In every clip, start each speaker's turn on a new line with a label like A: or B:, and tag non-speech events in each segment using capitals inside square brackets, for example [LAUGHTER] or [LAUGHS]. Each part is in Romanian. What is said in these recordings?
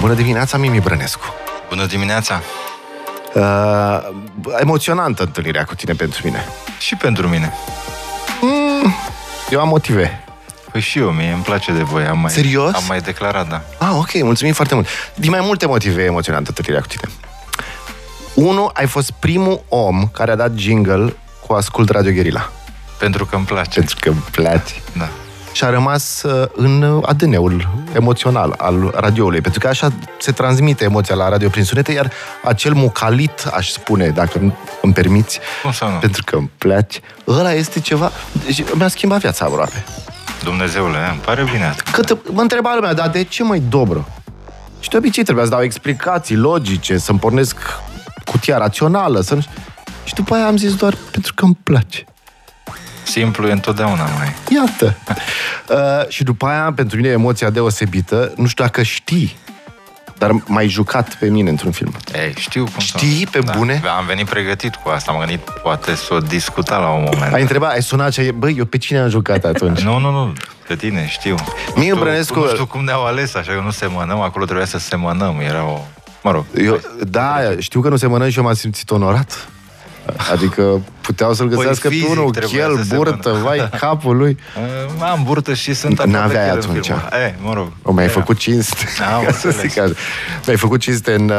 A: Bună dimineața, Mimi Brănescu!
B: Bună dimineața!
A: Uh, emoționantă întâlnirea cu tine pentru mine.
B: Și pentru mine.
A: Mm, eu am motive.
B: Păi și eu, mie îmi place de voi. Am mai,
A: Serios?
B: Am mai declarat, da.
A: Ah, ok, mulțumim foarte mult. Din mai multe motive e emoționantă întâlnirea cu tine. Unu, ai fost primul om care a dat jingle cu Ascult Radio Guerilla.
B: Pentru că îmi place.
A: Pentru că îmi place.
B: Da.
A: Și a rămas uh, în ADN-ul emoțional al radioului, pentru că așa se transmite emoția la radio prin sunete, iar acel mucalit, aș spune, dacă îmi- îmi permiți,
B: Cum să nu?
A: pentru că îmi place, ăla este ceva... Deci mi-a schimbat viața aproape.
B: Dumnezeule, îmi pare bine atunci.
A: Cât mă întreba lumea, dar de ce mai dobră? Și de obicei trebuia să dau explicații logice, să-mi pornesc cutia rațională, să Și după aia am zis doar pentru că îmi place.
B: Simplu e întotdeauna mai.
A: Iată. uh, și după aia, pentru mine, e emoția deosebită, nu știu dacă știi, dar m-ai jucat pe mine într-un film.
B: Ei, știu cum să nu.
A: Știi, pe
B: da.
A: bune?
B: Am venit pregătit cu asta. Am gândit, poate să o discuta la un moment.
A: Ai întrebat, ai sunat și ai... Băi, eu pe cine am jucat
B: [LAUGHS]
A: atunci?
B: Nu, nu, nu, pe tine, știu.
A: Mie
B: Tu-
A: Brănescu-
B: Nu știu cum ne-au ales, așa că nu semănăm, acolo trebuia să semănăm, era o... Mă rog,
A: Eu, da, știu că nu se mănâncă și eu m-am simțit onorat. Adică puteau să-l găsească pe
B: Păi fizic
A: unul,
B: trebuia
A: chel,
B: să se
A: burtă,
B: mână.
A: vai, capul lui.
B: uh, am burtă și sunt aproape
A: N-aveai
B: chel în
A: atunci.
B: filmul ăla. E, mă rog.
A: O, mi-ai
B: era.
A: făcut cinste,
B: Am
A: ca [LAUGHS] să
B: înțeles.
A: zic așa. Mi-ai făcut cinste în uh,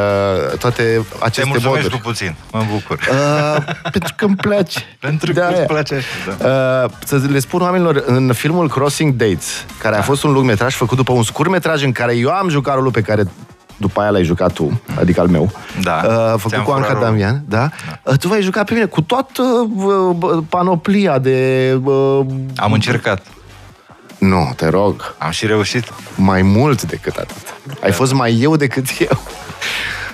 A: toate
B: Te
A: aceste
B: mulțumesc
A: moduri.
B: cu puțin, mă bucur.
A: Uh, pentru că îmi place.
B: Pentru că
A: De-aia.
B: îți place așa, da.
A: Uh, să le spun oamenilor, în filmul Crossing Dates, care a
B: Da.
A: fost un lungmetraj făcut după un scurtmetraj în care eu am jucat rolul pe care după aia l-ai jucat tu, adică al meu,
B: Da.
A: uh, făcut
B: Ți-am
A: cu Anca
B: furat rolul.
A: Damian, da? Uh, tu v-ai jucat pe mine cu toată uh, b- panoplia de... Uh,
B: Am încercat,
A: nu, te rog,
B: am și reușit.
A: mai mult decât atât. Ai fost mai eu decât [LAUGHS] eu.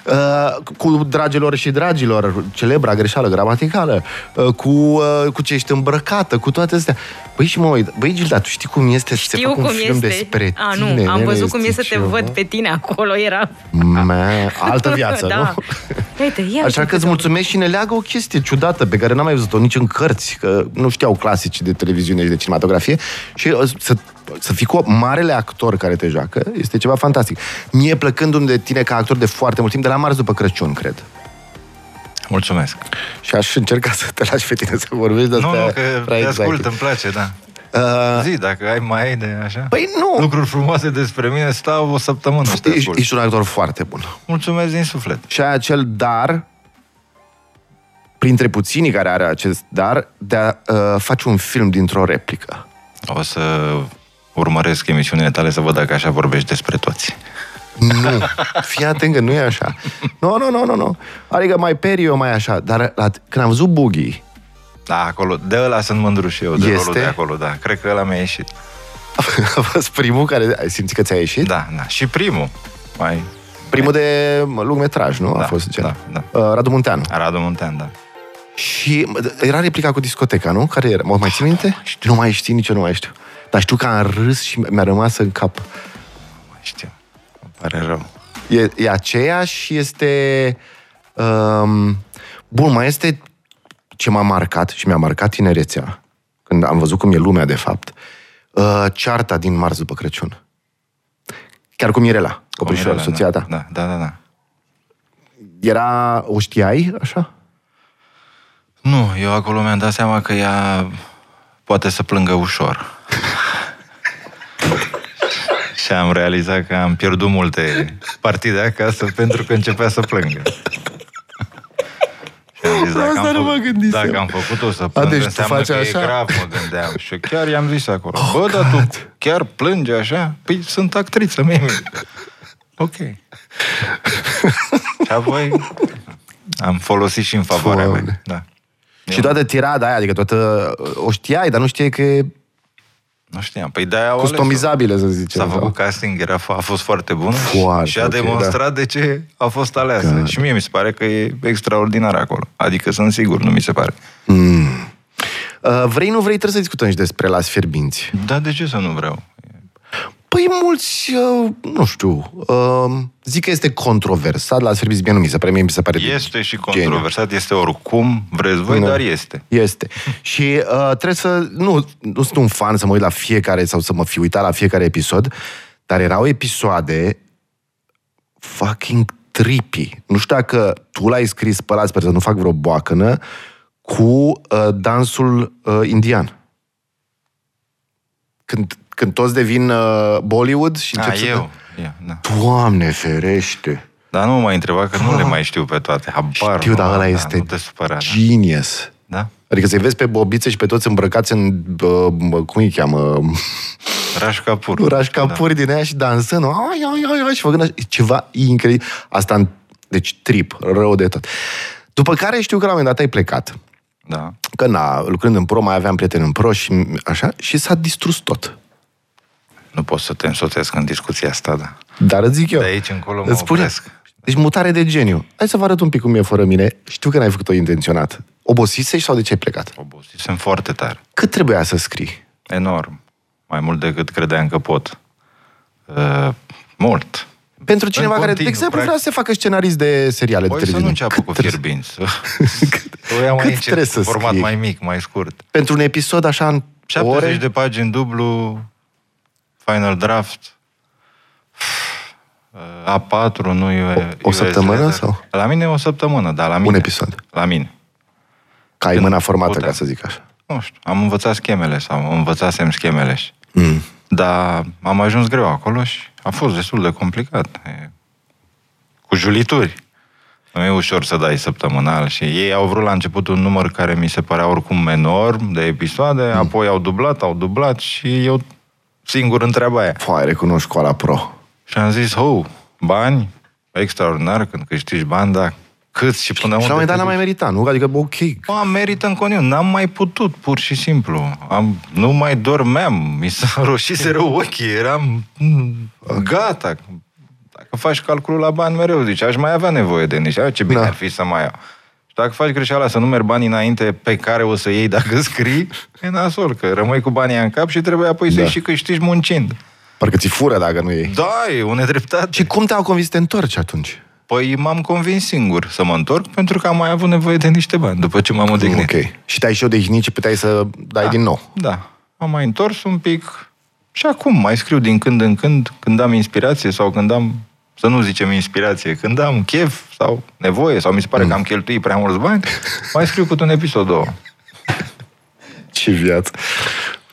A: Uh, cu dragilor și dragilor, celebra greșeală gramaticală, uh, cu, uh, cu ce ești îmbrăcată, cu toate astea. Băi, și mă uit, băi, Gilda, tu știi cum este să te
C: Știu
A: fac un
C: cum
A: film
C: este.
A: despre
C: A, nu,
A: tine?
C: am
A: nene,
C: văzut cum e
A: este
C: să te
A: ceva?
C: văd pe tine acolo, era...
A: Mă,
C: [LAUGHS]
A: altă viață,
C: da.
A: nu?
C: Uite, ia
A: Așa că îți mulțumesc și ne leagă o chestie ciudată pe care n-am mai văzut-o nici în cărți, că nu știau clasici de televiziune și de cinematografie și uh, să, să fii cu marele actor care te joacă este ceva fantastic. Mie plăcându-mi de tine ca actor de foarte mult timp, de la marți după Crăciun, cred.
B: Mulțumesc.
A: Și aș încerca [LAUGHS] să te lași pe tine să vorbești de
B: Nu,
A: astea
B: nu, că
A: prea exact.
B: te
A: exacte.
B: ascult, îmi place, da.
A: Uh,
B: Zi, dacă ai mai ai de așa.
A: Păi nu.
B: Lucruri frumoase despre mine, stau o săptămână și te
A: ești,
B: ascult.
A: ești un actor foarte bun.
B: Mulțumesc din suflet.
A: Și ai acel dar, printre puținii care are acest dar, de a uh, face un film dintr-o replică.
B: O să urmăresc emisiunile tale să văd dacă așa vorbești despre toți.
A: Nu, fii atent că nu e așa. Nu, nu, nu, nu, nu. Adică mai perio, mai așa. Dar la, când am văzut Boogie, [LAUGHS]
B: Da, acolo. De ăla sunt mândru și eu, de
A: Este?
B: rolul de acolo, da. Cred că ăla mi-a ieșit.
A: a fost primul care ai simțit că ți-a ieșit?
B: Da, da. Și primul. Mai...
A: Primul de lungmetraj, nu? a
B: Da,
A: fost gen.
B: da, da.
A: Uh, Radu Munteanu.
B: Radu Muntean, da.
A: Și mă, era replica cu discoteca, nu? Care era? Mă mai ții minte?
B: Ah,
A: Nu mai știu, nici eu nu mai știu. Dar știu că am râs și mi-a rămas în cap.
B: Mai știu. Îmi pare rău.
A: E, e aceeași și este... Um, bun, mai este ce m-a marcat și mi-a marcat tinerețea, când am văzut cum e lumea, de fapt, uh, cearta din marți după Crăciun. Chiar cu Mirela, coprișoară,
B: Mirela,
A: soția
B: da.
A: ta.
B: Da, da, da, da.
A: Era, o știai, așa?
B: Nu, eu acolo mi-am dat seama că ea poate să plângă ușor. și am realizat că am pierdut multe partide acasă pentru că începea să plângă. Și am zis,
A: La
B: dacă,
A: asta
B: am
A: nu mă
B: făcut,
A: gândisem.
B: dacă am făcut-o să plângă,
A: deci tu
B: înseamnă
A: faci
B: că
A: așa?
B: e grav, mă gândeam. Și chiar i-am zis acolo, oh, bă, dar tu chiar plângi așa? Păi sunt actriță, mie.
A: [LAUGHS]
B: Ok. și apoi am folosit și în favoarea mea.
A: Doamne.
B: Da.
A: Și toată tirada aia, adică toată... O știai, dar nu știai că e
B: Nu știam. Păi de-aia au ales-o.
A: customizabilă, să zicem.
B: S-a
A: sau-
B: făcut casting, era, a fost foarte bun
A: Foarte,
B: și a
A: ok, da.
B: demonstrat de ce a fost aleasă. Și mie mi se pare că e extraordinar acolo. Adică sunt sigur, nu mi se pare.
A: Uh, vrei, nu vrei, trebuie să discutăm și despre las fierbinți.
B: Dar de ce să nu vreau?
A: Păi mulți, uh, nu știu, uh, zic că este controversat la serviciu, bine nu mi se pare, mie mi se pare... de
B: Este și
A: geniu.
B: controversat, este oricum vreți voi,
A: Nu.
B: dar este.
A: Este. Și uh, trebuie să... Nu, nu sunt un fan să mă uit la fiecare sau să mă fi uitat la fiecare episod, dar erau episoade fucking trippy. Nu știu dacă tu l-ai scris pe ăla, sper să nu fac vreo boacănă, cu uh, dansul uh, indian. Când, când toți devin uh, Bollywood și
B: A,
A: încep să...
B: Ah, eu. eu da.
A: Doamne ferește!
B: Dar nu mă mai întreba că nu le mai știu pe toate. Habar
A: Știu,
B: nu
A: dar
B: am,
A: ăla
B: da,
A: este
B: Nu te supăra, da.
A: genius.
B: da?
A: Adică să-i vezi pe bobițe și pe toți îmbrăcați în, uh, mă, cum îi cheamă, [LAUGHS]
B: Raș Capur.
A: Raș capuri da. din aia și dansând, ai, ai, ai, ai, și făcând așa, e ceva incredibil. Asta, în- deci trip, rău de tot. După care știu că la un moment dat ai plecat.
B: Da. da.
A: Că na, lucrând în pro, mai aveam prieteni în pro și așa, și s-a distrus tot.
B: Nu pot să te însoțesc în discuția asta, da.
A: Dar îți zic eu.
B: De aici încolo mă
A: îți spun eu.
B: opresc.
A: Deci mutare de geniu. Hai să vă arăt un pic cum e fără mine. Știu că n-ai făcut-o intenționat. Obosisești sau de ce ai plecat?
B: Obosit. Sunt foarte tare.
A: Cât trebuia să scrii?
B: Enorm. Mai mult decât credeam că pot. Uh, mult.
A: Pentru cineva care, de
B: continuu,
A: exemplu,
B: practic.
A: vrea să se facă scenarist de seriale de
B: Păi să nu
A: televiziune.
B: înceapă
A: Cât
B: cu
A: trebuie să-
B: fierbinți. Să
A: [LAUGHS]
B: o iau
A: cât
B: mai încet,
A: trebuie să
B: cu format
A: scrii?
B: mai mic, mai scurt.
A: Pentru un episod așa în
B: 70
A: ore?
B: de pagini dublu, final draft, uh, A4, nu e...
A: O- o săptămână sau?
B: La mine o săptămână, dar la mine.
A: episod.
B: La mine.
A: Ca ai
B: Când
A: mâna formată,
B: putem.
A: ca să zic așa.
B: Nu știu, am învățat schemele sau învățasem schemele și...
A: Mm.
B: Dar am ajuns greu acolo și a fost destul de complicat. E- Cu julituri. Nu e ușor să dai săptămânal și ei au vrut la început un număr care mi se părea oricum enorm de
A: Mm.
B: episoade, apoi au dublat, au dublat și eu singur întreba aia.
A: Foai, recunosc școala pro.
B: Și am zis, ho, bani, extraordinar când câștigi bani, dar cât și
A: și
B: până unde
A: la un moment dat
B: te
A: n-am mai meritat, nu? Adică, ok,
B: Mă, merită în coniu. N-am mai putut, pur și simplu. Am, nu mai dormeam. Mi s-a [LAUGHS] roșiseră ochii. Eram mm, gata. Dacă faci calculul la bani mereu, zici, aș mai avea nevoie de niște. "Ah, Ce bine
A: Da.
B: ar fi să mai iau. Și dacă faci greșeala să numeri banii înainte pe care o să iei dacă scrii, e nasol, că rămâi cu banii în cap și trebuie apoi să-i
A: Da.
B: și câștigi muncind.
A: parcă ți fură dacă nu e.
B: Da, e o nedreptate.
A: Și cum te-au convins să te întorci atunci?
B: Păi m-am convins singur să mă întorc pentru că am mai avut nevoie de niște bani după ce m-am odihnit.
A: Ok. Și te-ai și eu de hnit și puteai să dai din nou.
B: Da. Am mai întors un pic și acum mai scriu din când în când, când am inspirație sau când am, să nu zicem inspirație, când am chef sau nevoie sau mi se pare
A: Mm.
B: că am cheltuit prea mulți bani, mai scriu câte un episod, două.
A: Ce viață.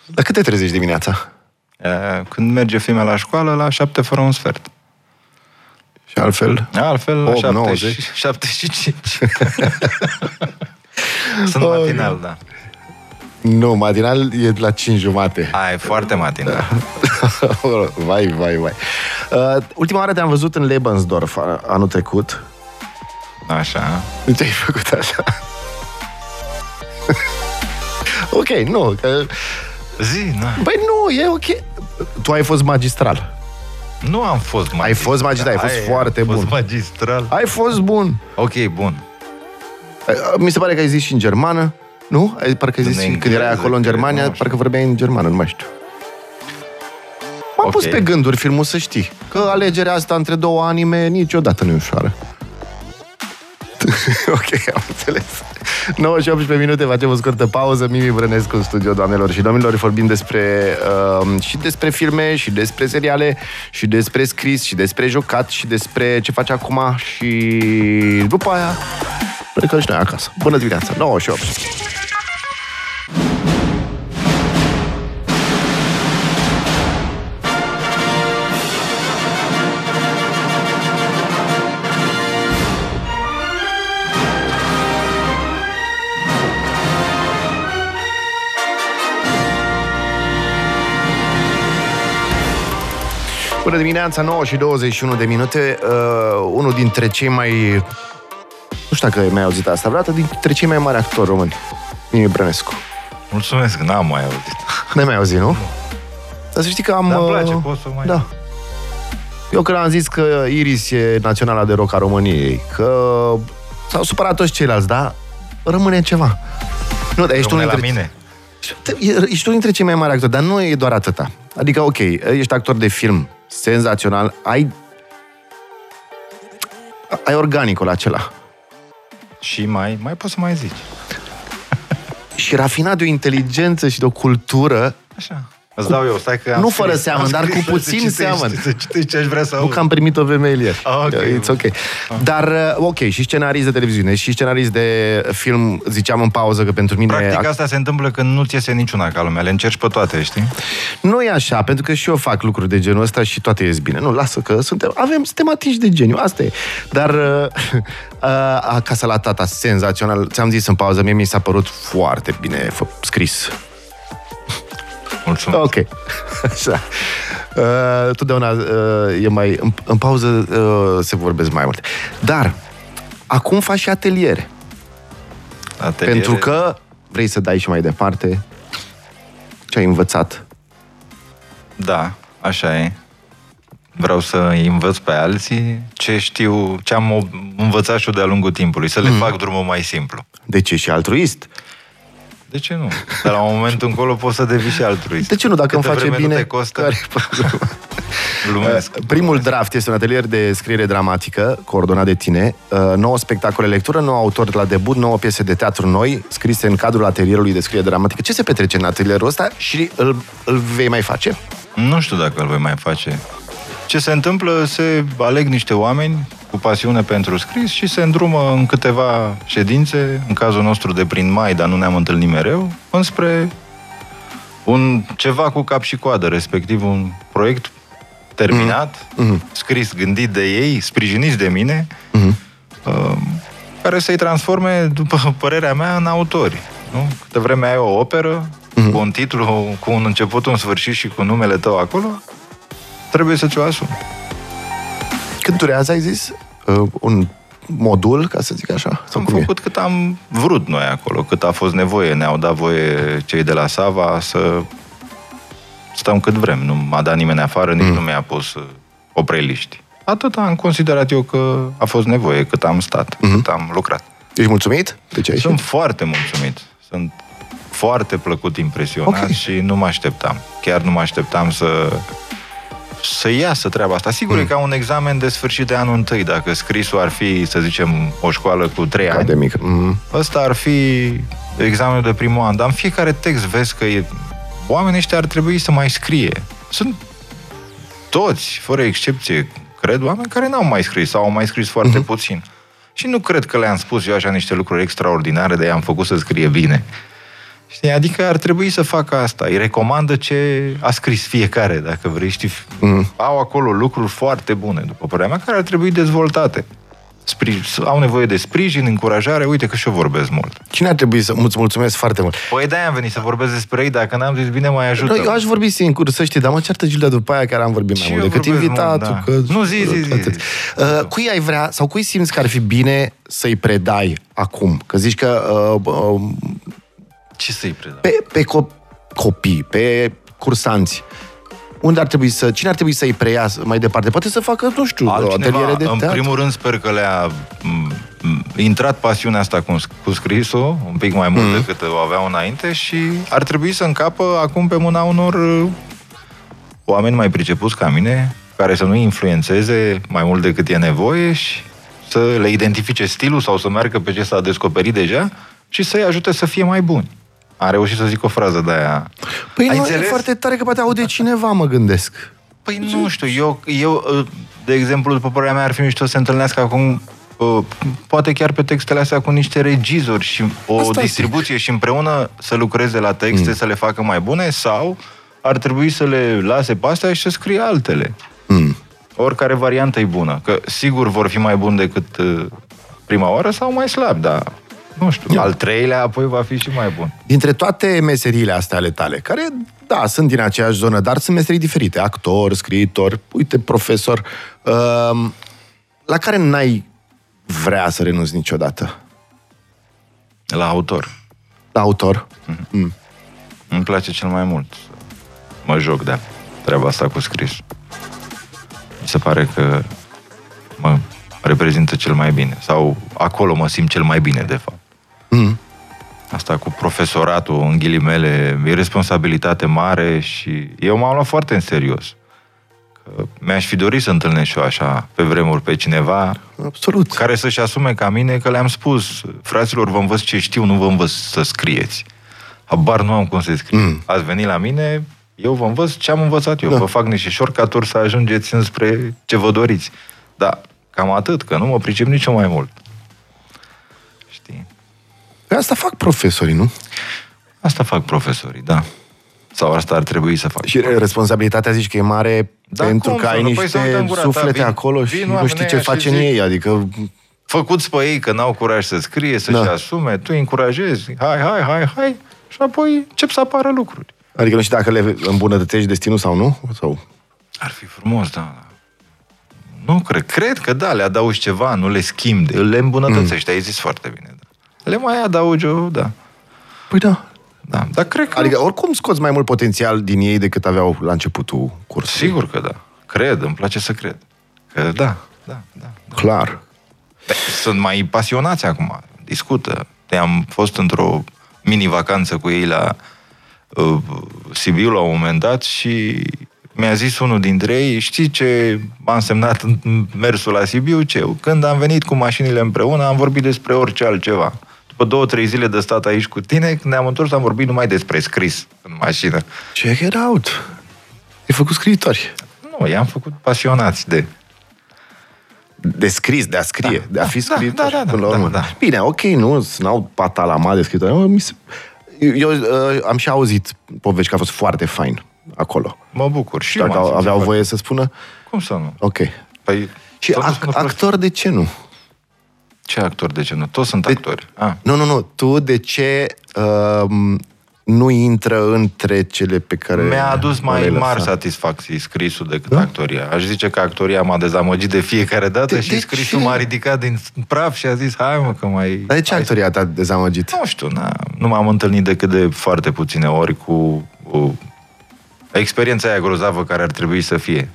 A: Dar cât te trezești dimineața?
B: E, Când merge femeia la școală, la șapte fără un sfert.
A: Și altfel?
B: Altfel, la
A: Opt,
B: șapte
A: nouă,
B: și,
A: zece.
B: șapte
A: [LAUGHS]
B: și cinci. Sunt matinal, da.
A: Nu, matinal e la 5 jumate. [LAUGHS]
B: Ai, foarte
A: Da.
B: matinal.
A: vai, vai, vai. Uh, ultima oară te-am văzut în Lebensdorf a- anul trecut.
B: Așa.
A: De ce ai făcut așa? [LAUGHS] ok, nu, că...
B: Zi, na.
A: Băi, nu, e ok. Tu ai fost magistral.
B: Nu am fost magistral.
A: fost magistral, ai fost foarte
B: Am
A: bun.
B: fost magistral.
A: Ai fost bun. Uh,
B: Ok, bun.
A: Mi se pare că ai zis și în germană, nu? Ai, parcă ai
B: În
A: zis și când
B: engleză,
A: erai acolo în
B: cred,
A: Germania,
B: nu știu.
A: parcă vorbeai în germană, nu mai știu. M-a
B: Ok.
A: pus pe gânduri filmul să știi că alegerea asta între două anime niciodată nu e ușoară. [LAUGHS] ok, am înțeles. 9 și 18 minute, facem o scurtă pauză. Mimi Brănescu în studio, doamnelor și domnilor. Vorbim despre, uh, și despre filme, și despre seriale, și despre scris, și despre jocat, și despre ce face acum și după aia plecăm și noi acasă. Bună dimineața, 9 și 8. Bună dimineața, 9 și 21 de minute. Uh, unul dintre cei mai... Nu știu dacă mi-ai auzit asta vreodată, dintre cei mai mari actori români. Mimi Brănescu. [LAUGHS]
B: Mulțumesc, n-am mai auzit.
A: N-ai mai auzit, nu? Dar să știi că am...
B: Dar îmi
A: uh,
B: place, pot să mai-
A: Da. Eu când am zis că Iris e naționala de rock a României, că s-au supărat toți ceilalți, dar rămâne ceva. Nu, dar ești
B: Rămâne
A: unul
B: la
A: dintre...
B: mine.
A: E- Ești unul dintre cei mai mari actori, dar nu e doar atâta. Adică, ok, ești actor de film, senzațional, ai... Ai organicul acela.
B: Și mai, mai poți să mai zici.
A: Și rafinat de o inteligență și de o cultură
B: Așa. Îți dau eu, stai că am
A: Nu
B: scris-
A: fără seamăn,
B: am
A: dar
B: scris
A: cu
B: să
A: puțin
B: citești,
A: seamăn.
B: Să citești ce aș vrea să
A: Nu
B: aud.
A: că am primit o femeie ieri.
B: Ah, ok. Ah.
A: It's ok. Dar, uh, ok, și scenarii de televiziune, și scenarii de film, ziceam în pauză că pentru mine...
B: Practic asta se întâmplă când nu-ți iese niciuna ca lumea, le încerci pe toate, știi?
A: Nu e așa, pentru că și eu fac lucruri de genul ăsta și toate ies bine. Nu, lasă că suntem, avem, suntem atinși de geniu, asta e. Dar uh, [LAUGHS] uh, Acasă la tata, senzațional, ți-am zis în pauză, mie mi s-a părut foarte bine fă- scris.
B: Mulțumesc.
A: Ok. [LAUGHS] Așa. Uh, totdeauna uh, e mai... În, în pauză uh, se vorbesc mai mult. Dar, acum faci și ateliere.
B: Ateliere.
A: Pentru că vrei să dai și mai departe ce ai învățat.
B: Da, așa e. Vreau să îi învăț pe alții ce știu, ce am ob- învățat și eu de-a lungul timpului, să le mm. fac drumul mai simplu.
A: De ce și altruist?
B: De ce nu? De la un moment încolo poți să devii și altruist.
A: De ce nu, dacă
B: Câtă
A: îmi face
B: vreme
A: bine...
B: Nu te costă,
A: care
B: care...
A: e problema?
B: glumesc.
A: Primul draft este un atelier de scriere dramatică, coordonat de tine, uh, nouă spectacole lectură, nouă autor la debut, nouă piese de teatru noi, scrise în cadrul atelierului de scriere dramatică. Ce se petrece în atelierul ăsta și îl, îl vei mai face?
B: Nu știu dacă îl voi mai face. Ce se întâmplă, se aleg niște oameni cu pasiune pentru scris și se îndrumă în câteva ședințe, în cazul nostru de prin mai, dar nu ne-am întâlnit mereu, înspre un ceva cu cap și coadă, respectiv un proiect terminat, mm-hmm. scris, gândit de ei, sprijiniți de mine, mm-hmm. care să-i transforme, după [LAUGHS] părerea mea, în autori. Nu? Câte vreme ai o operă,
A: Mhm.
B: mm-hmm. cu un titlu, cu un început, un sfârșit și cu numele tău acolo, trebuie să ți-o asumi.
A: Cât durează, ai zis? Uh, un modul, ca să zic așa? Sau
B: Am
A: cum e?
B: făcut cât am vrut noi acolo, cât a fost nevoie. Ne-au dat voie cei de la Sava să stăm cât vrem. Nu m-a dat nimeni afară,
A: Mhm.
B: nici mm. nu mi-a pus uh, opreliști. Atât am considerat eu că a fost nevoie, cât am stat,
A: Mhm.
B: mm-hmm. cât am lucrat.
A: Ești mulțumit de ce ai
B: Sunt
A: ieșit?
B: foarte mulțumit. Sunt foarte plăcut impresionat
A: Ok.
B: okay. și nu mă așteptam. Chiar nu mă așteptam să să iasă treaba asta. Sigur, mm. e ca un examen de sfârșit de anul întâi. Dacă scrisul ar fi, să zicem, o școală cu trei ani,
A: Academic. Mm.
B: Ăsta ar fi examenul de primul an, dar în fiecare text vezi că e... oamenii ăștia ar trebui să mai scrie. Sunt toți, fără excepție, cred, oameni care n-au mai scris sau au mai scris foarte puțin. Și nu cred că le-am spus eu așa niște lucruri extraordinare, de i-am făcut să scrie bine. Știi? Adică ar trebui să facă asta. Îi recomandă ce a scris fiecare, dacă vrei. Știi? Mm. Au acolo lucruri foarte bune, după părerea mea, care ar trebui dezvoltate. Spri- au nevoie de sprijin, încurajare. Uite că și eu vorbesc mult.
A: Cine ar trebui să... Îți mulțumesc foarte mult.
B: Păi de-aia am venit să vorbesc despre ei. Dacă n-am zis bine, mai ajută.
A: Nu, eu aș vorbi singur, să știi, dar mă ceartă Gilda după aia care am vorbit mai
B: Și
A: mult
B: eu
A: decât
B: vorbesc
A: invitatul.
B: mult, da.
A: că...
B: Nu, zi, zi, zi.
A: Atât. Uh, cui ai vrea sau cui simți că ar fi bine să-i predai acum? Că zici că uh, uh,
B: Ce să-i predau?
A: pe, pe co- copii, pe cursanți, unde ar trebui să, cine ar trebui să-i preia mai departe? Poate să facă, nu știu, o ateliere
B: Altcineva,
A: de
B: în
A: teatru.
B: primul rând, sper că le-a m, m, intrat pasiunea asta cu, cu scrisul, un pic mai mult mm. decât o aveau înainte și ar trebui să încapă acum pe mâna unor uh, oameni mai pricepuți ca mine, care să nu influențeze mai mult decât e nevoie și să le identifice stilul sau să meargă pe ce s-a descoperit deja și să-i ajute să fie mai buni. Am reușit să zic o frază de aia.
A: Păi nu, e foarte tare că poate aude cineva, mă gândesc.
B: Păi nu știu, eu, eu, uh, de exemplu, după părerea mea, ar fi mișto să se întâlnească acum uh, poate chiar pe textele astea cu niște regizori și o
A: Asta zic.
B: Asta distribuție și împreună să lucreze la texte, mm. să le facă mai bune sau ar trebui să le lase pe astea și să scrie altele.
A: Mm.
B: Oricare variantă e bună. Că sigur vor fi mai buni decât uh, prima oară sau mai slab, dar nu știu, al treilea apoi va fi și mai bun.
A: Dintre toate meseriile astea ale tale, care, da, sunt din aceeași zonă, dar sunt meserii diferite, actor, scriitor, uite, profesor, um, la care n-ai vrea să renunți niciodată?
B: La autor.
A: La autor?
B: Îmi place cel mai mult. Mă joc de treaba asta cu scris. Mi se pare că mă reprezintă cel mai bine. Sau acolo mă simt cel mai bine, de fapt.
A: Mm.
B: Asta cu profesoratul, în ghilimele, e responsabilitate mare și eu m-am luat foarte în serios. Că mi-aș fi dorit să întâlnesc și eu așa, pe vremuri, pe cineva
A: Absolut.
B: care să-și asume ca mine că le-am spus, fraților, vă învăț ce știu, nu vă învăț să scrieți. Habar nu am cum să scriu. Mm. Ați venit la mine, Eu vă învăț ce am învățat eu. Da. Vă fac niște shortcut să ajungeți înspre ce vă doriți. Dar cam atât, că nu mă pricep nicio mai mult. Știi?
A: Că Asta fac profesorii, nu?
B: Asta fac profesorii, da. Sau asta ar trebui să fac.
A: Și responsabilitatea zici că e mare
B: Da,
A: pentru
B: cum
A: că
B: să
A: ai
B: nu? Păi să nu dăm
A: niște
B: gura ta,
A: suflete
B: vin-
A: acolo și
B: vin
A: nu
B: oamenii
A: știi ce
B: ăia și
A: face în
B: zic-
A: ei. Adică
B: făcuți pe ei că n-au curaj să scrie, să-și
A: Da.
B: da. asume, tu îi încurajezi, hai, hai, hai, hai, și apoi încep să apară lucruri.
A: Adică nu știu dacă le îmbunătățești destinul sau nu? Sau...
B: Ar fi frumos, da. da. Nu cred. Cred că da, le adaugi ceva, nu le schimbi, le îmbunătățești. Mm. Ai zis foarte bine. Da. Le mai adaugi, o- da.
A: Păi da.
B: da. Dar cred că...
A: Adică oricum scoți mai mult potențial din ei decât aveau la începutul cursului.
B: Sigur că da. Cred, îmi place să cred. Că da, da, da.
A: Clar.
B: Păi, Sunt mai pasionați acum, discută. Am fost într-o mini-vacanță cu ei la uh, Sibiu la un moment dat și mi-a zis unul dintre ei, știi ce a însemnat în- mersul la Sibiu? Ce? Când am venit cu mașinile împreună, am vorbit despre orice altceva. După două, trei zile de stat aici cu tine, când ne-am întors, am vorbit numai despre scris în mașină.
A: Check it out. E făcut scriitori.
B: Nu, i-am făcut pasionați de...
A: De scris, de a scrie, da, de a fi
B: da,
A: scriitor.
B: da, da, da,
A: până la urmă.
B: da, da.
A: Bine, ok, nu, n-au patalama de scriitori. mă, mi se- Eu, eu uh, am și auzit povești că a fost foarte fain acolo.
B: Mă bucur. Și
A: Și dacă
B: eu m-am
A: au- aveau
B: simțit
A: voie să spună,
B: foarte- Cum să nu?
A: ok.
B: Păi,
A: Și
B: totuși
A: ac-
B: sunt o
A: actor de ce nu?
B: Ce actor de ce nu? Toți
A: Deci,
B: sunt actori. Ah.
A: Nu, nu, nu. Tu de ce um, nu intră între cele pe care
B: Mi-a adus mai
A: le-ai lăsat?
B: mari satisfacții scrisul decât da? actoria. Aș zice că actoria m-a dezamăgit de fiecare dată
A: De-
B: și
A: de
B: scrisul
A: ce?
B: m-a ridicat din praf și a zis, hai mă că mai...
A: Dar de ce
B: hai să-"
A: actoria ta te-a dezamăgit?
B: Nu știu, na, nu m-am întâlnit decât de foarte puține ori cu o experiența aia grozavă care ar trebui să fie.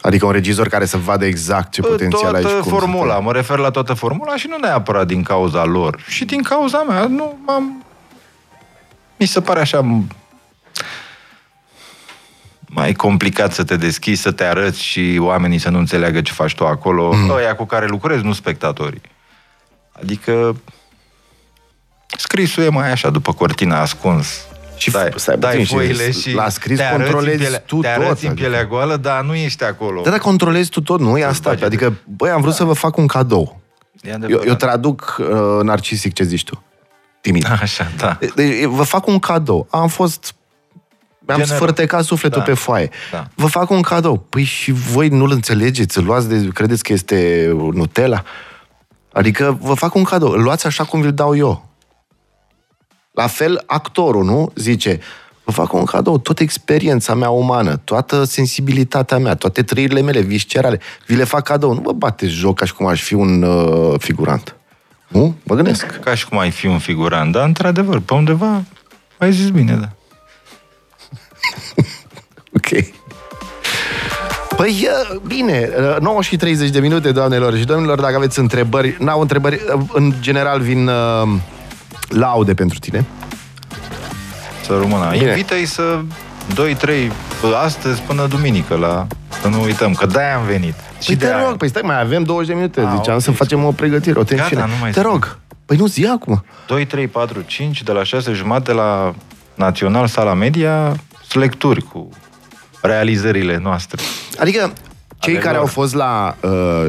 A: Adică un regizor care să vadă exact ce potențial ai și
B: Păi, toată
A: cum să te-
B: formula, mă refer la toată formula și nu neapărat din cauza lor. Și din cauza mea, nu m-am... Mi se pare așa m- mai complicat să te deschizi, să te arăți și oamenii să nu înțeleagă ce faci tu acolo. Mm. Ăia cu care lucrezi, nu spectatorii. Adică scrisul e mai așa, după cortina ascuns.
A: Și
B: dai,
A: stai
B: dai
A: puțin și
B: foile și
A: la scris
B: te arăți în
A: controlezi
B: pielea-
A: tu
B: te arăți
A: tot, adică.
B: în pielea goală, dar nu ești acolo.
A: Dar dacă Da, controlezi tu tot, nu e asta.
B: face
A: Adică, băi, am vrut
B: Da.
A: să vă fac un cadou.
B: E
A: da, Eu,
B: adevărat.
A: eu traduc uh, narcisic ce zici tu. Timid.
B: [LAUGHS] Așa, da.
A: De- Deci, vă fac un cadou. Am fost... Mi-am
B: Generos.
A: sfârtecat sufletul
B: Da.
A: pe foaie.
B: Da.
A: Vă fac un cadou. Păi și voi nu-l înțelegeți? Îl luați de... Credeți că este Nutella? Adică vă fac un cadou. Îl luați așa cum vi-l dau eu. La fel, actorul, nu? Zice, vă fac un cadou, toată experiența mea umană, toată sensibilitatea mea, toate trăirile mele viscerale, vi le fac cadou. Nu vă bateți joc ca și cum aș fi un uh, figurant. Nu? Mă gândesc.
B: Ca și cum ai fi un figurant, dar într-adevăr, pe undeva ai zis bine, da.
A: Ok. Păi, uh, bine, uh, 9 și 30 de minute, doamnelor și domnilor, dacă aveți întrebări, n-au întrebări, uh, în general vin uh, laude pentru tine.
B: Să rămână.
A: Bine.
B: Invită-i să 2-3 astăzi până duminică la... Să nu uităm, că de-aia am venit.
A: Păi te
B: de-aia-
A: rog, păi stai, mai avem 20 de minute,
B: Ah,
A: ziceam
B: ok,
A: să facem o pregătire, o tensiune.
B: nu mai
A: te
B: zic.
A: rog, păi nu zi acum.
B: 2, 3, 4, 5, de la 6 jumate la Național Sala Media, sunt lecturi cu realizările noastre.
A: Adică, cei
B: Ale
A: care
B: lor.
A: au fost la uh,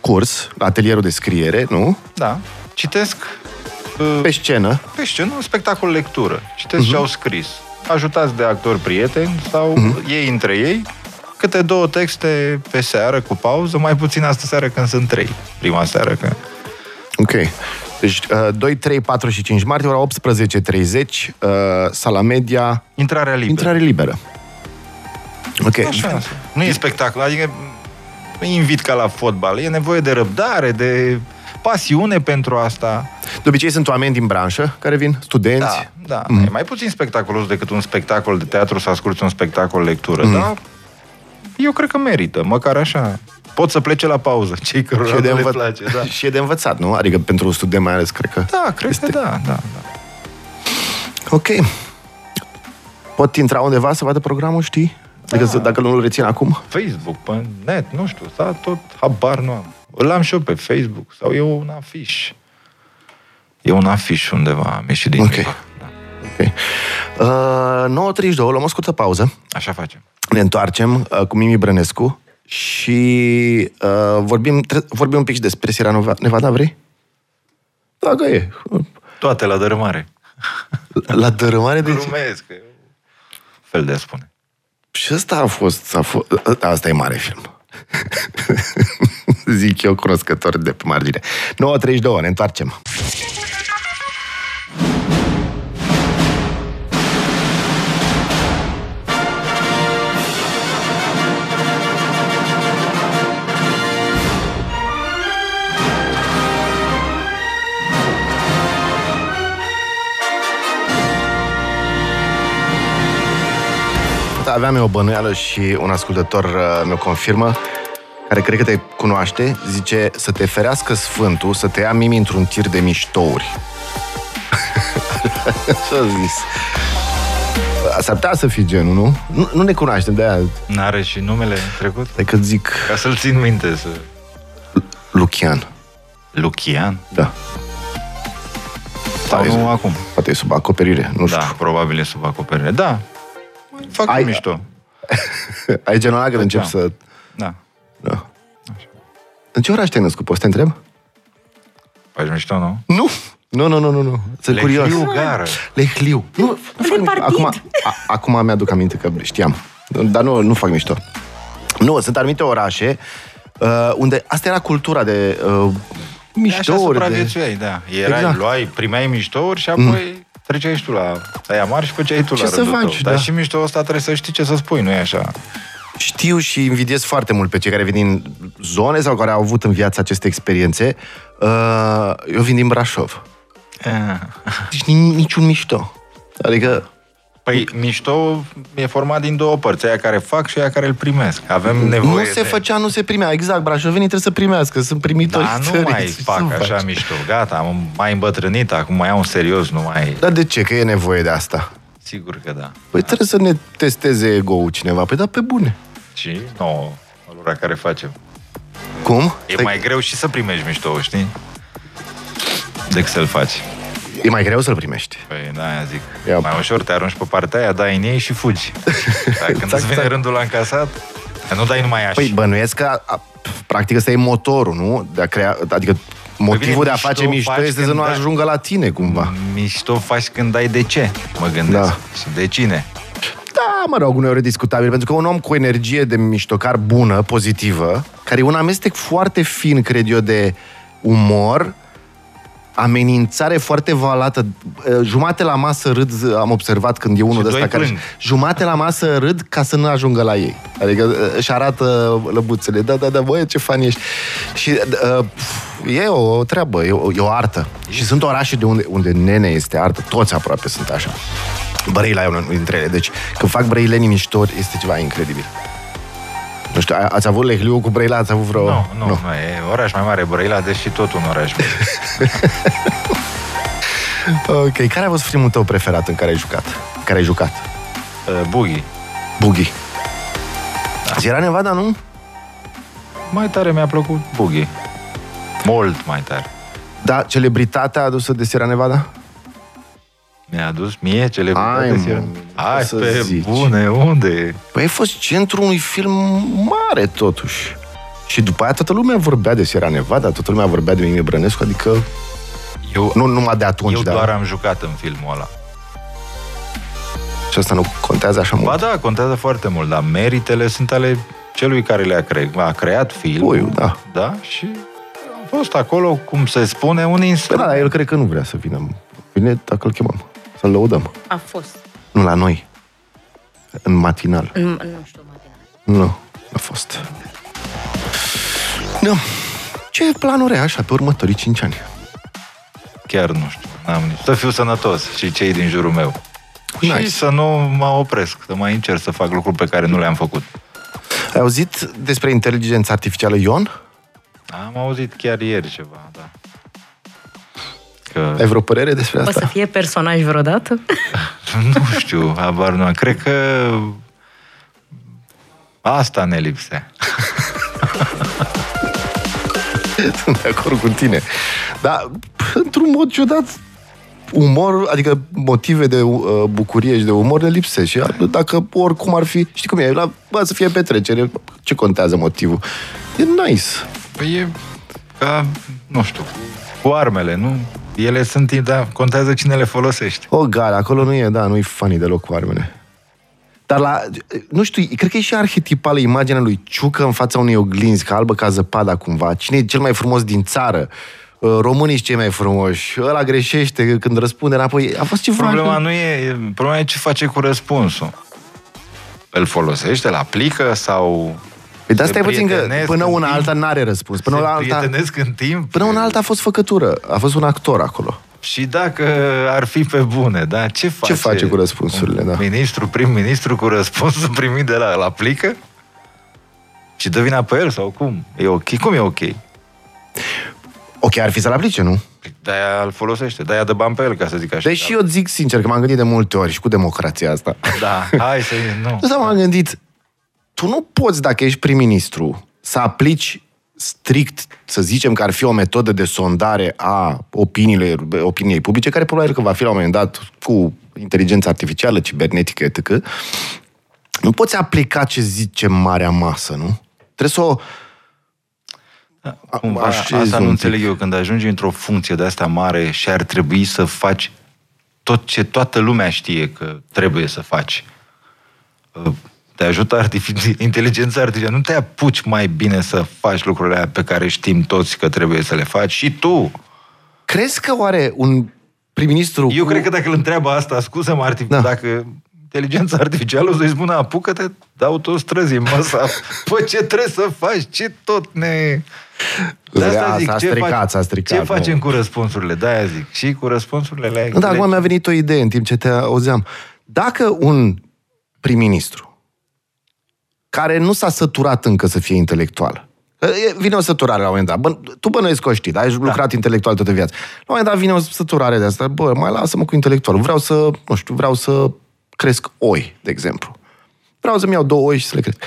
A: curs, la atelierul de scriere, nu?
B: Da, citesc uh,
A: Pe scenă,
B: pe scenă un spectacol lectură. Citesc uh-huh. ce au scris. Ajutați de actori prieteni sau uh-huh. ei între ei. Câte două texte pe seară cu pauză, mai puțin astă seară când sunt trei. Prima seară că...
A: Ok. Deci uh, 2, 3, 4 și 5 martie, ora 18.30, uh, sala media,
B: Intrarea liberă.
A: intrare liberă. Ok.
B: Așa. Nu e spectacol, adică nu invit ca la fotbal. E nevoie de răbdare, de pasiune pentru asta.
A: De obicei sunt oameni din branșă care vin, studenți.
B: Da, da. Mm. E mai puțin spectaculos decât un spectacol de teatru să asculti un spectacol lectură, mm. dar eu cred că merită, măcar așa. Pot să plece la pauză, cei cărora
A: Și e, de
B: nu le
A: învă-
B: place, [LAUGHS] da.
A: și e de învățat, nu? Adică pentru un student mai ales, cred că.
B: Da, cred că da, da, da.
A: Ok. Pot intra undeva să vadă programul, știi?
B: Da.
A: Adică să, dacă nu-l rețin acum?
B: Facebook, pe net, nu știu, s-a tot, habar nu am. Îl am și eu pe Facebook, sau e un afiș. E un afiș undeva, am ieșit din
A: Ok.
B: mine. Da.
A: Ok. Uh, 9.32, luăm o scurtă pauză.
B: Așa facem.
A: Ne întoarcem uh, cu Mimi Brănescu și uh, vorbim, tre- vorbim un pic și despre Sierra Nova- Nevada, vrei? Da, că e.
B: Toate la dărâmare.
A: La dărâmare
B: Deci-
A: de...
B: Glumesc. că e un Fel de a spune.
A: Și ăsta a fost... A fost asta e mare film. [LAUGHS] Zic eu cunoscător de pe margine. 9.32, ne întoarcem. Da, aveam eu o bănuială și un ascultător uh, mi-o confirmă, care cred că te cunoaște, zice să te ferească Sfântul, să te ia mimi într-un tir de miștouri. [LAUGHS] Ce a zis? S-ar putea să fii genul, nu? Nu, nu ne cunoaștem de aia.
B: N-are și numele în trecut?
A: Hai că zic
B: Ca să-l țin minte. Să...
A: Lucian.
B: Lucian?
A: Da.
B: Sau
A: Da,
B: nu
A: e-
B: acum?
A: Poate e sub acoperire, nu știu. [LAUGHS]
B: Da, probabil e sub acoperire. Da. Fac
A: Ai-
B: Ai... mișto.
A: Ai genul ăla când încep
B: Da.
A: să...
B: Da.
A: Da. În ce oraș te-ai născut? Poți să te întreb?
B: Faci mișto, nu?
A: Nu. Nu, nu, nu, nu, nu. Sunt curios.
B: Lehliu, gară.
A: Lehliu. Nu, nu fac
C: din
A: mișto.
C: partid.
A: Acum, a, acum mi-aduc aminte că știam. Dar nu, nu fac mișto. Nu, sunt anumite orașe uh, unde asta era cultura de uh,
B: Așa
A: miștouri. De...
B: supraviețuiai, da. Erai,
A: Exact.
B: exact. luai, primeai miștouri și apoi mm. treceai și tu la aia mari și făceai tu
A: Ce
B: la
A: să
B: rândul
A: faci,
B: tău. Dar
A: da.
B: și mișto ăsta trebuie să știi ce să spui, nu e așa?
A: Știu și invidiez foarte mult pe cei care vin din zone sau care au avut în viață aceste experiențe. Uh, eu vin din Brașov.
B: Ah.
A: Deci ni- niciun mișto. Adică
B: Păi mișto e format din două părți, aia care fac și aia care îl primesc. Avem nevoie
A: nu se
B: de...
A: făcea, nu se primea. Exact, brașovenii trebuie să primească, sunt primitori.
B: Dar Da, nu mai fac așa mișto. Gata, am mai îmbătrânit, acum mai iau un serios, nu mai...
A: Dar de ce? Că e nevoie de asta.
B: Sigur că da.
A: Păi trebuie să ne testeze ego-ul cineva. Păi da, pe bune.
B: Și nouă, alora care facem.
A: Cum? Păi
B: E
A: Stai-
B: mai greu și să primești mișto, știi? Decât să-l faci.
A: e mai greu să-l primești.
B: Păi, da, aia zic.
A: Ia.
B: Mai ușor te arunci pe partea aia, dai în ei și
A: [LAUGHS]
B: fugi. Dar când îți vine
A: exact.
B: rândul la încasat, nu dai numai așa.
A: Păi bănuiesc că, a, practic, ăsta e motorul, nu? De a crea, adică motivul
B: bine,
A: de a face
B: mișto
A: mișto
B: faci
A: este să
B: când da.
A: nu
B: dai.
A: ajungă la tine, cumva.
B: Mișto faci când ai de ce, mă gândesc.
A: Da.
B: Și de cine.
A: Da, mă rog, uneori e discutabil, pentru că un om cu energie de miștocar bună, pozitivă, care e un amestec foarte fin, cred eu, de umor, amenințare foarte valată. Eh, Jumate la masă râd, am observat când e unul
B: Și
A: de ăsta
B: doi
A: care...
B: plâng.
A: Jumate la masă râd ca să nu ajungă la ei. Adică își arată lăbuțele. Da, da, da, băie, ce fan ești. Și uh, e o treabă, e o, e o artă. Și sunt orașe de unde, unde nene este artă. Toți aproape sunt așa. Brăila e unul dintre ele. Deci când fac brăilenii miștori, este ceva incredibil. Nu știu, a- ați avut lehliu cu Brăila? Ați avut vreo...
B: Nu, nu, nu, e oraș mai mare Brăila, deși tot un oraș.
A: [LAUGHS]
B: mic.
A: Ok, care a fost filmul tău preferat în care ai jucat? Care ai jucat?
B: Uh, Bughi.
A: Boogie. Ați era Nevada, nu?
B: Mai tare mi-a plăcut Bughi. Mult mai tare.
A: Da, celebritatea adusă de Sierra Nevada?
B: Mi-a adus mie celebritate.
A: Hai, mă,
B: seara. Hai,
A: să
B: pe
A: zici.
B: bune, unde?
A: Păi ai fost centrul unui film mare, totuși. Și după aia toată lumea vorbea de Sierra Nevada, toată lumea vorbea de Mimi Brănescu, adică
B: Eu,
A: nu numai de atunci,
B: eu
A: dar...
B: doar am jucat în filmul ăla.
A: Și asta nu contează așa mult.
B: Ba da, contează foarte mult, dar meritele sunt ale celui care le-a cre- a creat filmul.
A: Puiul, da.
B: Da, și a fost acolo, cum se spune, un
A: Păi da,
B: instrument.
A: dar el cred că nu vrea să vină. Vine dacă îl chemăm, să-l lăudăm.
C: A fost.
A: Nu la noi. În matinal.
C: Nu, nu știu, Marina.
A: Nu, a fost. Da. Ce planuri ai așa pe următorii 5 ani?
B: Chiar nu știu. N-am nici. Să fiu sănătos și cei din jurul meu.
A: Nice.
B: Și să nu mă opresc, să mai încerc să fac lucruri pe care nu le-am făcut.
A: Ai auzit despre inteligența artificială Ion?
B: Am auzit chiar ieri ceva, da. Că
A: Ai vreo părere despre
C: O
A: [LAUGHS]
C: să
A: asta?
C: fie personaj vreodată?
A: [LAUGHS]
B: [LAUGHS] nu știu, habar nu am. Cred că asta ne lipsea.
A: Sunt de acord cu tine. Dar, p- într-un mod ciudat, umor, adică motive de uh, bucurie și de umor ne lipsesc. Și uh, dacă oricum ar fi, știi cum e, la, bă, să fie petrecere, ce contează motivul? E nice.
B: Păi e ca, nu știu, cu armele, nu? Ele sunt, da, contează cine le folosește.
A: O, gara, acolo nu e, da, nu-i funny deloc cu armele. Dar la, nu știu, cred că e și arhetipală imaginea lui Ciucă în fața unei oglinzi, ca albă ca zăpada cumva. Cine e cel mai frumos din țară? Uh, Românii sunt cei mai frumoși. Ăla greșește când răspunde înapoi. A fost ceva...
B: Problema nu e, problema e ce face cu răspunsul. Îl folosește, îl aplică sau...
A: Păi de
B: se
A: asta e puțin că
B: prietenesc
A: până
B: în
A: una
B: timp?
A: alta n-are răspuns. Până
B: se
A: una alta,
B: prietenesc în timp?
A: până una alta a fost făcătură. A fost un actor acolo.
B: Și dacă ar fi pe bune, da, ce face?
A: face cu răspunsurile,
B: un
A: da?
B: Ministru, prim-ministru cu răspunsul [LAUGHS] primit de la, îl aplică? Și dă vina pe el sau cum? E ok? Cum e ok? Păi
A: Ok, ar fi să-l aplice, nu?
B: De-aia îl folosește, de-aia dă bani pe el, ca să zic așa.
A: Deși eu zic sincer că m-am gândit de multe ori și cu democrația asta.
B: Da, hai să...
A: [LAUGHS]
B: Nu.
A: Asta m-am gândit. Tu nu poți, dacă ești prim-ministru, să aplici strict, să zicem că ar fi o metodă de sondare a opiniile, opiniei publice, care probabil că va fi la un moment dat cu inteligența artificială, cibernetică, etc. Nu poți aplica ce zice marea masă, nu? Trebuie să o...
B: Cumva,
A: așez
B: asta
A: un
B: nu
A: pic.
B: înțeleg eu. Când ajungi într-o funcție de asta mare și ar trebui să faci tot ce toată lumea știe că trebuie să faci. Uh, Te ajută artifici- [LAUGHS] inteligența artificială. Nu te apuci mai bine să faci lucrurile alea pe care știm toți că trebuie să le faci și tu.
A: Crezi că oare un prim-ministru...
B: Eu
A: cu-
B: cred că dacă îl întreabă asta, scuză-mă, arti-
A: Da.
B: dacă inteligența artificială o să-i spună, apucă-te, dau toți străzii în
A: [LAUGHS]
B: masa. Păi ce trebuie să faci? Ce tot ne... De
A: Asta a stricat, s-a stricat,
B: ce
A: nu.
B: facem cu răspunsurile? Da, zic. Și cu răspunsurile le
A: Da, acum mi-a venit o idee în timp ce te auzeam. Dacă un prim-ministru, care nu s-a săturat încă să fie intelectual, că e- vine o săturare la un moment dat. Bă, tu bănuiesc că o știi, dar ai lucrat intelectual toată viața. La un moment dat vine o săturare de asta. Bă, mai lasă-mă cu intelectual. Vreau să, nu știu, vreau să cresc oi, de exemplu. Vreau să-mi iau două oi și să le cresc.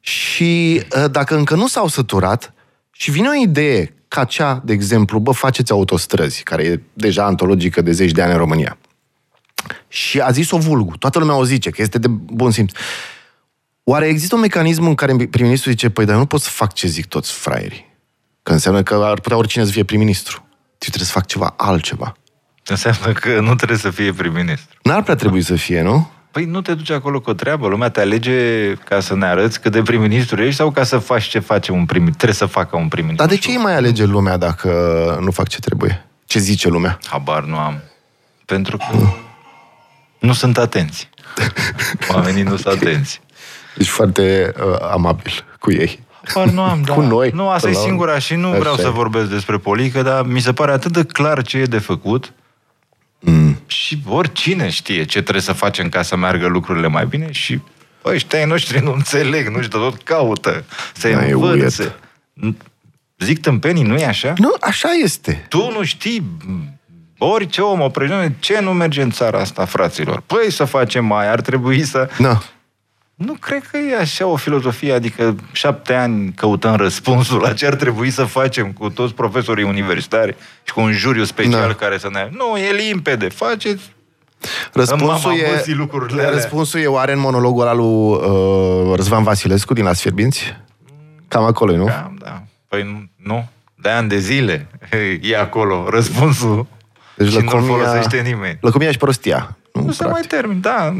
A: Și uh, dacă încă nu s-au săturat și vine o idee ca cea, de exemplu, bă, faceți autostrăzi, care e deja antologică de zeci de ani în România. Și a zis-o vulgu. Toată lumea o zice, că este de bun simț. Oare există un mecanism în care prim-ministru zice, păi, dar eu nu pot să fac ce zic toți fraierii? Că înseamnă că ar putea oricine să fie prim-ministru. Tu trebuie să fac ceva altceva.
B: Înseamnă că nu trebuie să fie prim-ministru.
A: N-ar prea trebui să fie, nu?
B: Păi nu te duci acolo cu o treabă, lumea te alege ca să ne arăți cât de prim-ministru ești sau ca să faci ce face un prim trebuie să facă un prim-ministru.
A: Dar de ce îi mai alege lumea dacă nu fac ce trebuie? Ce zice lumea?
B: Habar nu am. Pentru că nu sunt atenți. Oamenii nu sunt atenți.
A: Ești foarte uh, amabil cu ei.
B: Habar nu am, da.
A: Cu noi,
B: Nu, asta e
A: până la urmă.
B: singura și nu
A: Așa
B: vreau
A: e.
B: să vorbesc despre politică, dar mi se pare atât de clar ce e de făcut
A: Mm.
B: și oricine știe ce trebuie să facem ca să meargă lucrurile mai bine și bă, ăștia ai noștri nu înțeleg, nu știu, tot caută să
A: Da, e
B: învățe.
A: weird.
B: N- Zic tâmpenii, nu e așa?
A: Nu, așa este.
B: Tu nu știi m, orice om, o presiune, ce nu merge în țara asta, fraților? Păi să facem mai, ar trebui să...
A: Da.
B: Nu cred că e așa o filozofie, adică șapte ani căutăm răspunsul la ce ar trebui să facem cu toți profesorii universitari și cu un juriu special
A: Da.
B: care să ne... Nu, e limpede, faceți...
A: Răspunsul
B: În mama
A: e,
B: măsii lucrurile alea.
A: răspunsul e oare în monologul ăla lui uh, Răzvan Vasilescu din Las Fierbinți? Cam acolo, nu?
B: Da, da. Păi nu, nu, de ani de zile [LAUGHS] e acolo răspunsul deci și nu folosește nimeni.
A: Lăcomia și prostia. Nu,
B: Nu se mai
A: practic.
B: termin, da.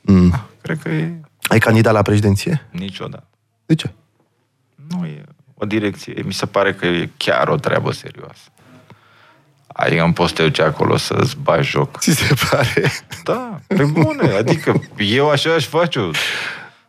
A: Mm.
B: Cred că e
A: Ai candidat la președinție?
B: niciodată.
A: De ce?
B: Nu e o direcție. Mi se pare că e chiar o treabă serioasă. Adică îmi poți să te duci acolo să-ți bagi joc.
A: Ți se pare?
B: Da, pe bune. Adică eu așa aș face-o.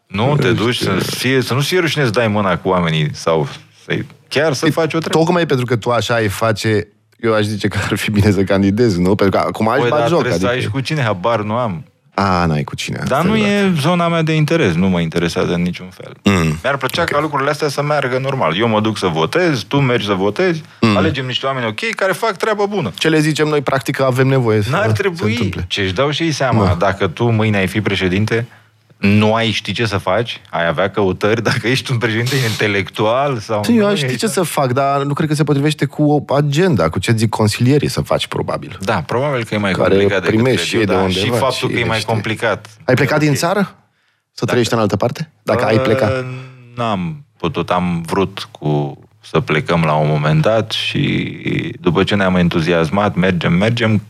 B: Nu te duci să, fie, să nu fie rușine să dai mâna cu oamenii sau să chiar să faci o treabă.
A: Tocmai pentru că Păi tu așa ai face, eu aș zice că ar fi bine să candidezi, nu? Pentru că acum ai
B: Păi, dar
A: bag joc.
B: trebuie să
A: Adică...
B: ai și cu cine, habar nu am.
A: A, n-ai cu cine. da.
B: Dar
A: asta
B: nu
A: adevărat.
B: e zona mea de interes, nu mă interesează în niciun fel. Mm. Mi-ar plăcea okay. ca lucrurile astea să meargă normal. Eu mă duc să votez, tu mergi să votezi, mm. alegem niște oameni ok care fac treabă bună.
A: Ce le zicem noi, practic, că avem nevoie să
B: N-ar
A: se
B: trebui,
A: întâmple.
B: ce își dau și ei seama,
A: Da.
B: dacă tu mâine ai fi președinte, nu ai ști ce să faci, ai avea căutări dacă ești un președinte intelectual sau...
A: Eu
B: nu
A: aș ști
B: ești.
A: ce să fac, dar nu cred că se potrivește cu agenda, cu ce zic consilierii să faci, probabil.
B: Da, probabil că e mai
A: Care
B: complicat decât
A: primești
B: cred
A: și
B: eu,
A: ei de
B: da,
A: undeva
B: și faptul
A: și
B: că e
A: ei
B: mai
A: știu.
B: complicat.
A: Ai plecat din
B: Ok.
A: țară? Să trăiești în altă parte? Dacă ai plecat.
B: Uh, N-am putut, am vrut cu să plecăm la un moment dat și după ce ne-am entuziasmat, mergem, mergem,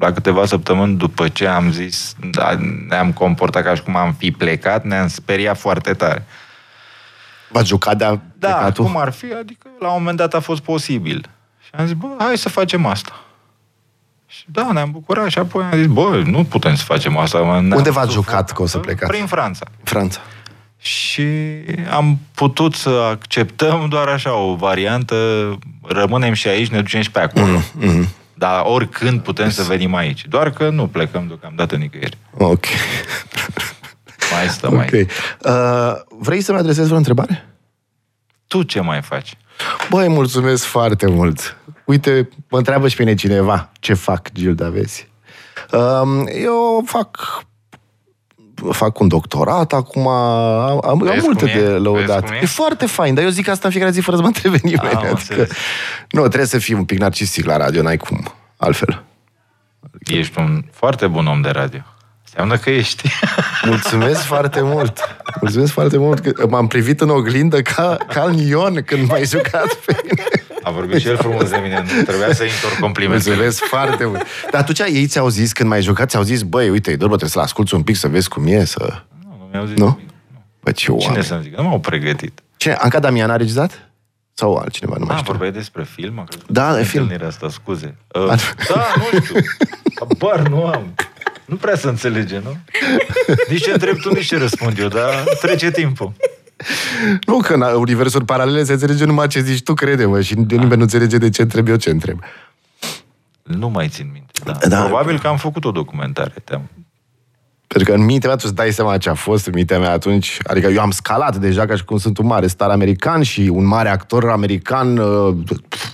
B: la câteva săptămâni după ce am zis, da, ne-am comportat ca și cum am fi plecat, ne-am speriat foarte tare.
A: V-ați jucat de-a
B: Da,
A: plecatul?
B: cum ar fi, adică la un moment dat a fost posibil. Și am zis, bă, hai să facem asta. Și da, ne-am bucurat și apoi am zis, bă, nu putem să facem asta. mă, ne-am
A: Unde v-ați
B: sufocat."
A: jucat că o să plecați?
B: Prin Franța.
A: Franța.
B: Și am putut să acceptăm doar așa o variantă, rămânem și aici, ne ducem și pe acolo.
A: Mm-hmm.
B: Dar oricând putem să venim aici. Doar că nu plecăm deocamdată nicăieri.
A: Ok.
B: Mai stăm
A: ok.
B: aici.
A: Uh, vrei să-mi adresezi vreo întrebare?
B: Tu ce mai faci?
A: Băi, mulțumesc foarte mult. Uite, mă întreabă și pe mine cineva ce fac, Gilda, vezi? Um, eu fac fac un doctorat acum, am, am eu am
B: Vezi
A: multe
B: cum e?
A: de
B: Vezi
A: lăudat.
B: cum e?
A: E foarte fain, dar eu zic asta în fiecare zi fără să mă întrebe nimeni.
B: Am
A: adică,
B: înțeles.
A: nu, trebuie să fii un pic narcistic la radio, n-ai cum, altfel.
B: Ești un foarte bun om de radio. Înseamnă că ești.
A: Mulțumesc foarte mult. Mulțumesc foarte mult că m-am privit în oglindă ca, ca în Ion când m-ai jucat pe mine.
B: A vorbit și el frumos de mine. Nu Trebuia să intor complimentele.
A: Mulțumesc foarte mult. Dar atunci ei ți-au zis când m-ai jucat, ți-au zis, băi, uite, Dorbă, trebuie să-l asculți un pic să vezi cum e, să...
B: Nu, nu mi-au zis
A: Nu?
B: nimic.
A: Bă, ce oameni.
B: Cine
A: Cine?
B: să-mi zic? Nu m-au pregătit.
A: Anca Damian a regizat? Sau altcineva, nu mai
B: Ah,
A: știu.
B: vorbeai despre film? Am crezut că
A: Da,
B: despre
A: e film.
B: Întâlnirea asta, scuze. Uh, da, nu știu. Bar nu am. Nu prea se înțelege, nu? Nici ce întreb tu, nici ce răspund eu, dar trece timpul.
A: Nu, că în universuri paralele se înțelege numai ce zici tu, crede-mă, și nimeni nu înțelege de ce întreb eu ce întreb.
B: Nu mai țin minte. Da.
A: Da.
B: da. Probabil că am făcut o documentare. Te-am...
A: Pentru că în mintea mea tu îți dai seama ce a fost în mintea mea atunci. Adică eu am scalat deja ca și cum sunt un mare star american și un mare actor american uh, pf,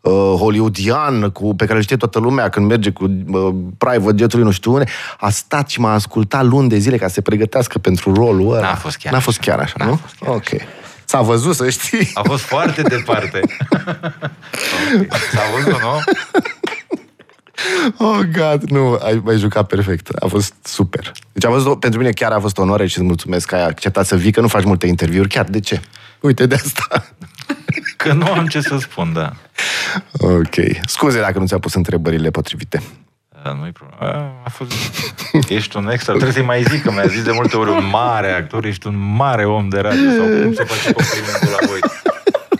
A: uh, hollywoodian cu, pe care îl știe toată lumea când merge cu uh, private jetului nu știu unde. A stat și m-a ascultat luni de zile ca să se pregătească pentru rolul ăla.
B: N-a fost chiar
A: N-a fost
B: așa.
A: chiar așa,
B: N-a
A: nu?
B: fost chiar
A: ok. S-a văzut, să știi.
B: A fost foarte
A: [LAUGHS]
B: departe. Ok. S-a văzut, nu?
A: Oh, God, nu, ai, ai jucat perfect. A fost super. Deci a fost, o- pentru mine chiar a fost o onoare și îți mulțumesc că ai acceptat să vii, că nu faci multe interviuri. Chiar, de ce? Uite de asta. [LAUGHS]
B: Că nu am ce să spun, da.
A: Ok. Scuze dacă nu ți-am pus întrebările potrivite.
B: Da, Nu-i problemă. A, A fost... [LAUGHS] Ești un extra. Trebuie să-i mai zic, că mi-a zis de multe ori un mare actor, ești un mare om de radio. Sau cum să face complimentul la voi?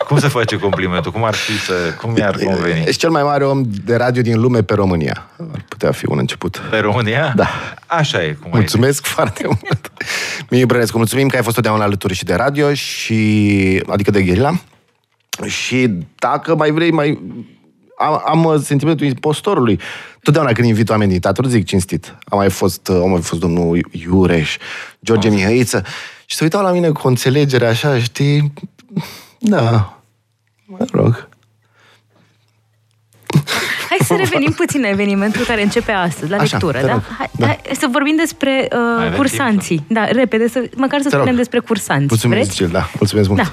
B: Cum se face complimentul? Cum ar fi să... Cum i-ar conveni?
A: Ești cel mai mare om de radio din lume pe România. Ar putea fi un început.
B: Pe România?
A: Da.
B: Așa e, cum ai zis.
A: Mulțumesc foarte mult. Mie Brănescu, mulțumim că ai fost totdeauna alături și de radio și... adică de gherila. Și dacă mai vrei, mai... Am, am uh, sentimentul impostorului. Totdeauna când invit oameni din teatru, zic cinstit. A mai fost, uh, a mai fost domnul I- Iureș, George Mihăiță. Și se uitau la mine cu o înțelegere așa, știi? Da, mă rog.
C: Hai să revenim puțin la evenimentul care începe astăzi, la
A: Așa,
C: lectură,
A: te
C: da?
A: rog.
C: Hai,
A: Da.
C: hai să vorbim despre
B: avem
C: uh,
B: timp,
C: cursanții. Da, repede, să, măcar să
A: Te rog.
C: spunem despre cursanți.
A: Mulțumesc,
C: Vreți?
A: Gil, da. Mulțumesc mult.
C: Da.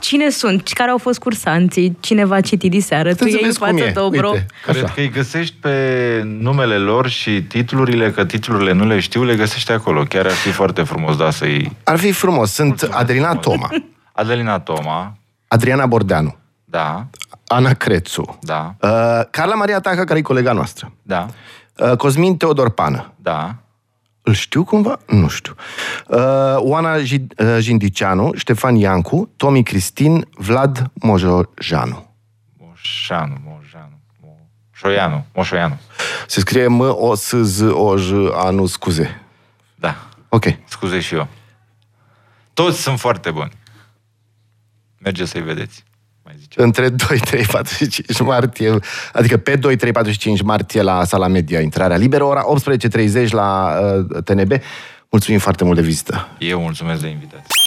C: Cine sunt? Care au fost cursanții? Cine va citi diseară? Tu
A: Trebuie să
C: iei în
A: vezi cum
C: față
A: e.
C: Dobro.
A: Uite,
B: Cred
A: așa.
B: că îi găsești pe numele lor și titlurile, că titlurile nu le știu, le găsești acolo. Chiar ar fi foarte frumos, da, să-i...
A: Ar fi frumos. Sunt Adelina Toma,
B: Adelina Toma,
A: Adriana Bordeanu,
B: da,
A: Ana Crețu,
B: da,
A: Uh, Carla Maria Taca, care e colega noastră.
B: da,
A: Uh, Cosmin Teodor Pană.
B: da,
A: Îl știu cumva? Nu știu. Uh, Oana Jid- uh, Jindiceanu, Ștefan Iancu, Tomi Cristin, Vlad Mojojanu.
B: Moșanu, Mojanu, Moșoianu, Moșoianu.
A: Se scrie m o s z o j a nu scuze.
B: Da,
A: Ok.
B: scuze și eu. Toți sunt foarte buni. Mergeți să-i vedeți. Mai zice.
A: Între [LAUGHS] 2, 3, 4 și 5 martie, adică pe 2, 3, 4 și 5 martie la sala media, intrarea liberă, ora 18.30 la uh, TNB. Mulțumim foarte mult de vizită.
B: Eu mulțumesc de invitație.